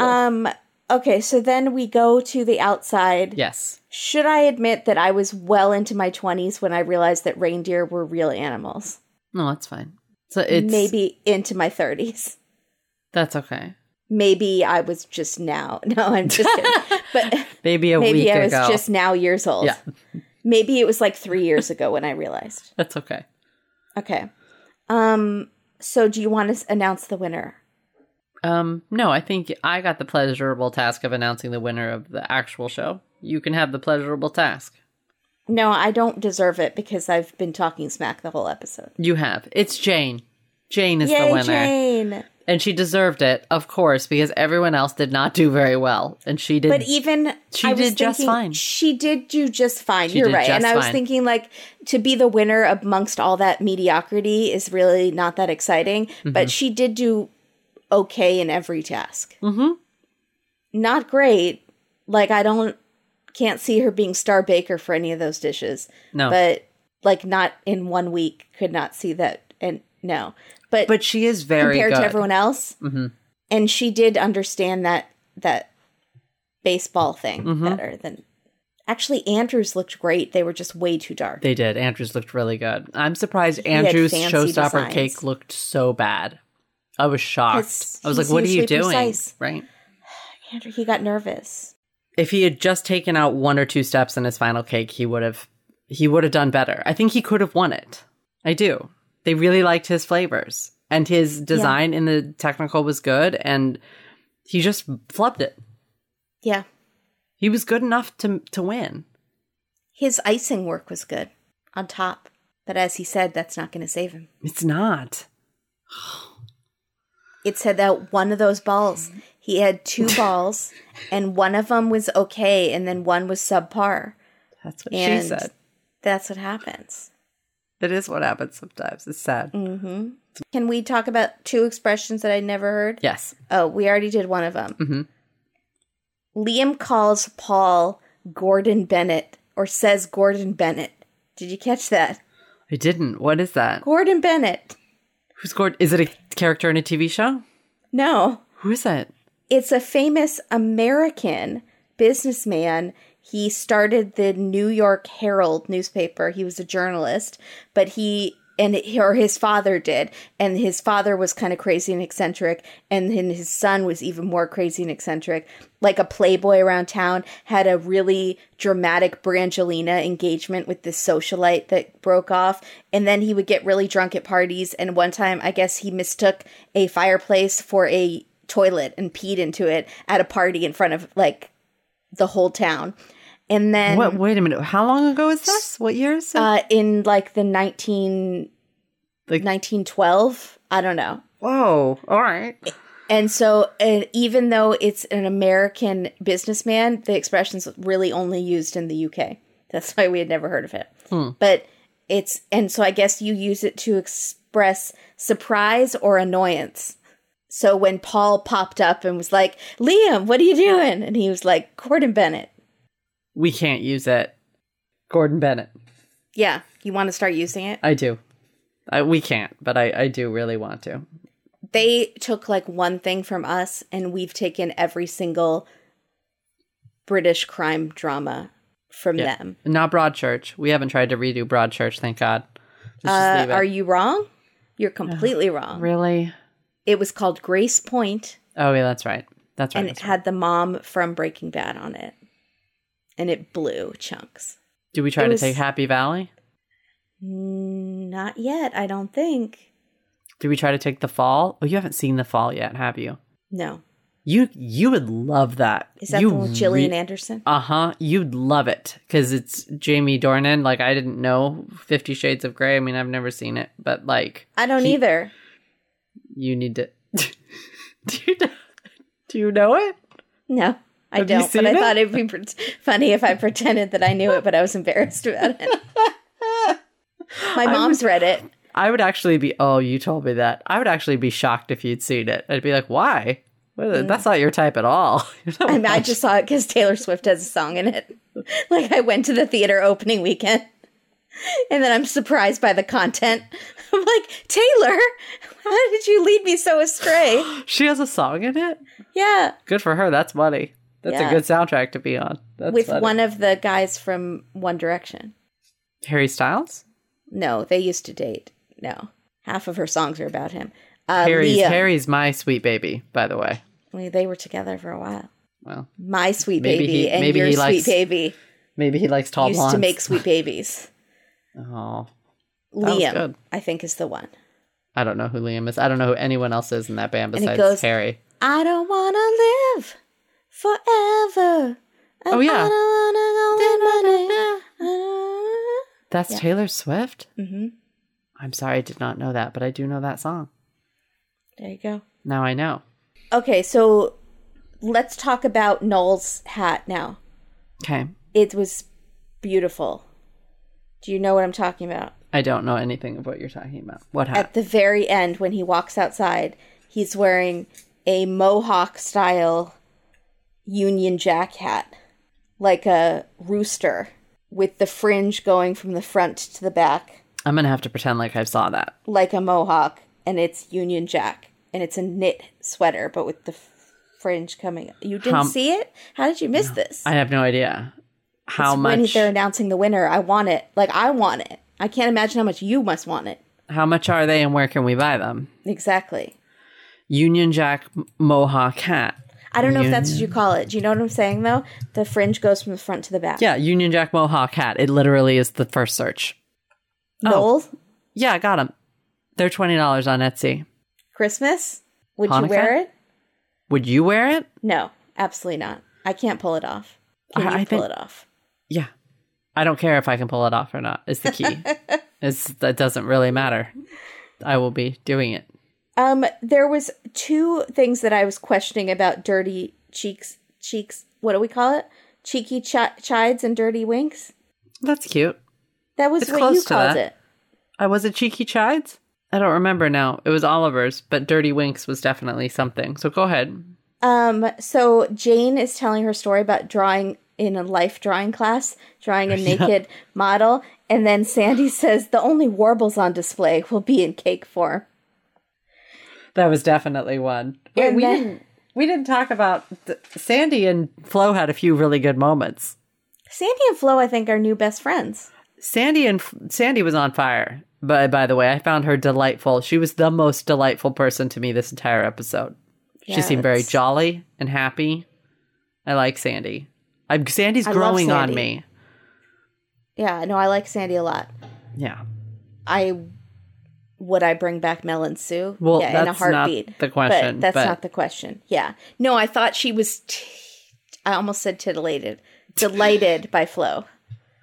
um. Okay, so then we go to the outside.
Yes.
Should I admit that I was well into my 20s when I realized that reindeer were real animals?
No, that's fine. So it's maybe
Maybe into my 30s.
that's okay.
Maybe I was just now. No, I'm just kidding. But
Maybe a
maybe
week
I was
ago.
just now years old.
Yeah.
Maybe it was like three years ago when I realized.
That's okay.
Okay. Um. So, do you want to s- announce the winner?
Um, no, I think I got the pleasurable task of announcing the winner of the actual show. You can have the pleasurable task.
No, I don't deserve it because I've been talking smack the whole episode.
You have. It's Jane. Jane is the
Yay,
winner.
Jane!
And she deserved it, of course, because everyone else did not do very well. And she did
But e- even
She
I was
did just
thinking-
fine.
She did do just fine. You're
did
right. And
just
I was
fine.
thinking like to be the winner amongst all that mediocrity is really not that exciting.
Mm-hmm.
But she did do okay in every task. Mm-hmm. Not great. Like I don't can't see her being star baker for any of those dishes.
no.
But like not in one week could not see that and no. But,
but she is very
compared
good. Mm-hmm.
to everyone else. And she did understand that that baseball thing
Mm-hmm.
better than actually Andrews looked great. They were just way too dark.
They did. Andrews looked really good. I'm surprised
had
Andrews'
fancy
showstopper
designs.
cake looked so bad. I was shocked.
It's-
I was like,
he's
"What are you
usually
doing?"
precise.
Right?
Andrew, he got nervous.
If he had just taken out one or two steps in his final cake, he would have he would have done better. I think he could have won it. I do. They really liked his flavors and his design in the technical was good and he just flubbed it.
Yeah.
He was good enough to to win.
His icing work was good on top. But as he said, that's not going to save him.
It's not.
It said that one of those balls,
Mm-hmm.
he had two balls, and one of them was okay, and then one was subpar.
That's what
And
she said.
That's what happens.
That is what happens sometimes. It's sad.
hmm Can we talk about two expressions that I never heard?
Yes.
Oh, we already did one of them.
Mhm.
Liam calls Paul Gordon Bennett, or says Gordon Bennett. Did you catch that?
I didn't. What is that?
Gordon Bennett.
Who's Gordon? Is it a character in a TV show?
No.
Who is it?
it's a famous American businessman. He started the New York Herald newspaper. He was a journalist, but he and or his father did, and his father was kind of crazy and eccentric, and then his son was even more crazy and eccentric, like a playboy around town. Had a really dramatic Brangelina engagement with this socialite that broke off, and then he would get really drunk at parties. And one time, I guess he mistook a fireplace for a toilet and peed into it at a party in front of like the whole town. And then
What? Wait a minute. How long ago is this? What year is it?
uh, in like the 19,
Like-
1912, I don't know.
Whoa. All right.
And so, and even though it's an American businessman, the expression's really only used in the UK. That's why we had never heard of it. But it's, and so I guess you use it to express surprise or annoyance. So when Paul popped up and was like, Liam, what are you doing? And he was like, Gordon Bennett.
We can't use it. Gordon Bennett.
Yeah, you want to start using it?
I do. I, we can't, but I, I do really want to.
They took like one thing from us, and we've taken every single British crime drama from
Yeah.
them.
Not Broadchurch. We haven't tried to redo Broadchurch, thank God. Let's just
Uh,
leave it.
are you wrong? You're completely wrong.
really?
It was called Grace Point,
Oh, yeah, that's right. That's right.
and it
that's right.
had the mom from Breaking Bad on it, and it blew chunks.
Do we try
it
to
was-
take Happy Valley?
Mm, Not yet, I don't think.
Do we try to take The Fall? Oh, you haven't seen The Fall yet, have you?
No,
You you would love that.
is that
you
the one with Gillian
re-
Anderson?
Uh huh. You'd love it because it's Jamie Dornan. Like I didn't know Fifty Shades of Grey. I mean, I've never seen it, but like
I don't
he-
either.
you need to. do you know, do you know it?
No,
Have
I
you
don't. But
seen
I
it?
thought it'd be pre- funny if I pretended that I knew it, but I was embarrassed about it. My mom's read it.
I would actually be. Oh, you told me that. I would actually be shocked if you'd seen it. I'd be like, why? What is- That's not your type at all. You're not
I, mean, I
watching-
just saw it because Taylor Swift has a song in it. Like I went to the theater opening weekend, and then I'm surprised by the content. I'm like, Taylor, how did you lead me so astray?
she has a song in it.
Yeah,
Good for her. That's money. That's
Yeah.
a good soundtrack to be on. That's
with
funny.
one of the guys from One Direction.
Harry Styles.
No, they used to date. No, half of her songs are about him. Uh,
Harry's
Liam.
Harry's my sweet baby. By the way.
I mean, they were together for a while.
Well,
My sweet
Maybe
baby
he-
and
maybe
your
he
sweet
likes
baby
Maybe he likes tall
used
blondes.
to make sweet babies.
oh, was
Liam,
good.
I think, is the one.
I don't know who Liam is. I don't know who anyone else is in that band
it
besides
goes-
Harry.
I don't wanna live forever.
Oh, yeah.
I don't wanna go
That's Taylor Swift.
with my name. Mhm.
I'm sorry, I did not know that, but I do know that song.
There you go.
Now I know.
Okay, so let's talk about Noel's hat now.
Okay,
It was beautiful. Do you know what I'm talking about?
I don't know anything of what you're talking about. What happened?
At the very end, when he walks outside, he's wearing a mohawk style Union Jack hat, like a rooster, with the fringe going from the front to the back.
I'm gonna have to pretend like I saw that.
like a mohawk and it's Union Jack and it's a knit sweater but with the f- fringe coming. You didn't
How-
see it? How did you miss this?
I have no idea how
When
much.
they're announcing the winner, I want it. Like I want it. I can't imagine how much you must want it.
How much are they, and where can we buy them?
Exactly.
Union Jack m- Mohawk hat.
I don't know if that's what you call it. Do you know what I'm saying though? The fringe goes from the front to the back.
Yeah, Union Jack Mohawk hat. It literally is the first search. Oh.
Noel,
Yeah, I got them. They're twenty dollars on Etsy.
Christmas? Would
Hanukkah?
you wear it?
Would you wear it?
No, absolutely not. I can't pull it off. Can
I-
you
I
pull
think-
it off?
Yeah. I don't care if I can pull it off or not. It's the key. it's that doesn't really matter. I will be doing it.
Um, there was two things that I was questioning about dirty cheeks, cheeks. What do we call it? Cheeky chi- chides and dirty winks.
That's cute.
That was
It's
what
close
you
to
called
that.
it.
I Uh, was it cheeky chides? I don't remember now. It was Oliver's, but Dirty Winks was definitely something. So go ahead.
Um, so Jane is telling her story about drawing in a life drawing class, drawing a naked model, and then Sandy says the only warbles on display will be in cake form.
That was definitely one. Wait,
And
we
then-
didn't we didn't talk about th- Sandy and Flo had a few really good moments.
Sandy and Flo, I think, are new best friends.
Sandy and Sandy was on fire. By by the way, I found her delightful. She was the most delightful person to me this entire episode.
Yeah,
she seemed very
it's-
jolly and happy. I like Sandy. I'm, Sandy's
I love
growing
Sandy.
on me.
Yeah, no, I like Sandy a lot.
Yeah.
I would I bring back Mel and Sue?
Well,
yeah, in a
that's not
heartbeat.
the question,
But that's
but-
not the question. Yeah. No, I thought she was. T- I almost said titillated, delighted by Flo.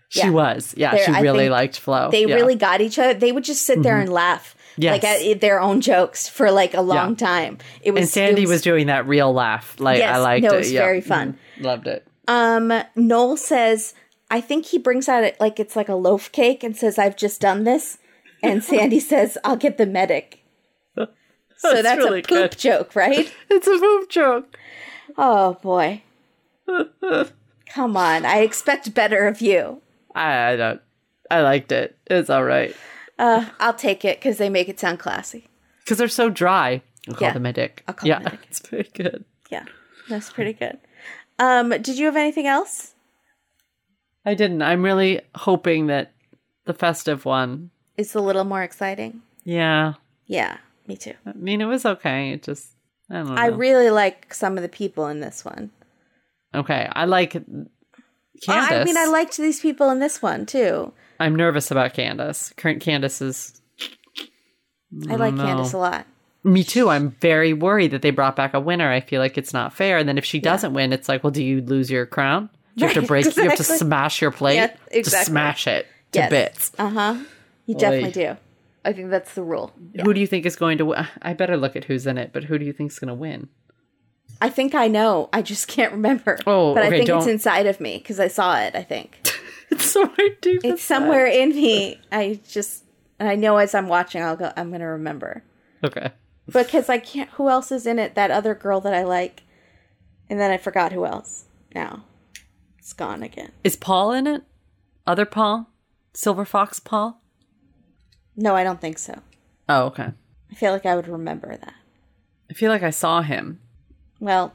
She
Yeah.
was. Yeah,
There-
she
I
really
think
liked Flo.
They
Yeah. Mm-hmm.
really got each other. They would just sit there and laugh,
Yes.
like at their own jokes for like a long time. It was
and Sandy
it
was doing that real laugh. Like
Yes,
I liked
no,
it.
it was
yeah.
very fun.
Mhm. Loved it.
Um, Noel says, I think he brings out it like it's like a loaf cake and says, I've just done this. And Sandy says, I'll get the medic. so that's,
That's really
a poop
good.
joke, right?
It's a poop joke.
Oh boy. Come on. I expect better of you.
I, I don't. I liked it. It's all right
Uh, I'll take it because they make it sound classy.
because they're so dry. I'll call
Yeah.
them a dick.
I'll call
yeah,
them a dick.
it's pretty good.
Yeah. That's pretty good. Um, did you have anything else?
I didn't. I'm really hoping that the festive one.
It's a little more exciting.
Yeah,
Yeah, me too.
I mean it was okay. It just I don't know.
I really like some of the people in this one. Oh,
okay, I like Candace.
I mean, I liked these people in this one too.
I'm nervous about Candace. Current Candace is
I like
know.
Candace a lot.
me too. I'm very worried that they brought back a winner. I feel like it's not fair. And then if she doesn't win, it's like, well, do you lose your crown? Do you have to
Right,
break. You have to
exactly.
smash your plate.
Yeah,
Just
exactly.
smash it to
Yes.
bits.
Uh huh. You definitely do. I think that's the rule.
Who do you think is going to win? I better look at who's in it, but who do you think's going to win?
I think I know. I just can't remember.
Oh,
but I
okay,
think it's
don't-
inside of me because I saw it. I think
It's somewhere deep.
it's somewhere in me. I just and I know as I'm watching, I'll go. I'm gonna remember
Okay.
because I can't. Who else is in it? That other girl that I like, and then I forgot who else. Now it's gone again.
Is Paul in it? Other Paul? Silver Fox Paul?
No, I don't think so.
Oh, okay.
I feel like I would remember that.
I feel like I saw him.
Well,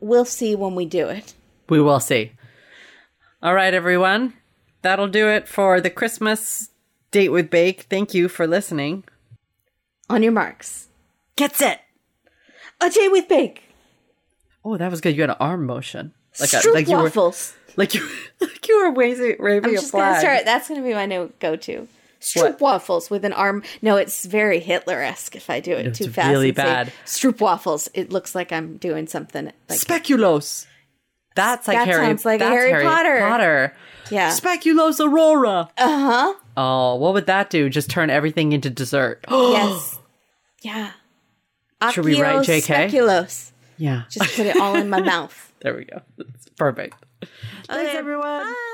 we'll see when we do it.
We will see. All right, everyone. That'll do it for the Christmas date with Bake. Thank you for listening.
On your marks,
Gets it.
a J with Bake,
Oh, that was good. You had an arm motion. Like a,
Stroop
like you were
waffles.
like you like you were waving, waving
I'm
a
just gonna
flag.
start. That's gonna be my new go-to.
What?
Stroop waffles with an arm. No, it's very Hitler-esque if I do it
It's
too fast.
really
and say
bad.
Stroop waffles. It looks like I'm doing something like
Speculoos. That's like
That
Harry.
sounds like a
that's
Harry Potter.
Potter.
yeah. Uh-huh.
Speculoos Aurora. Uh huh. Oh, what would that do? Just turn everything into dessert.
yes. Yeah.
Should we write
Akios
JK?
Speculoos.
yeah.
Just put it all in my mouth.
there we go. It's perfect. Thanks, everyone.
Bye.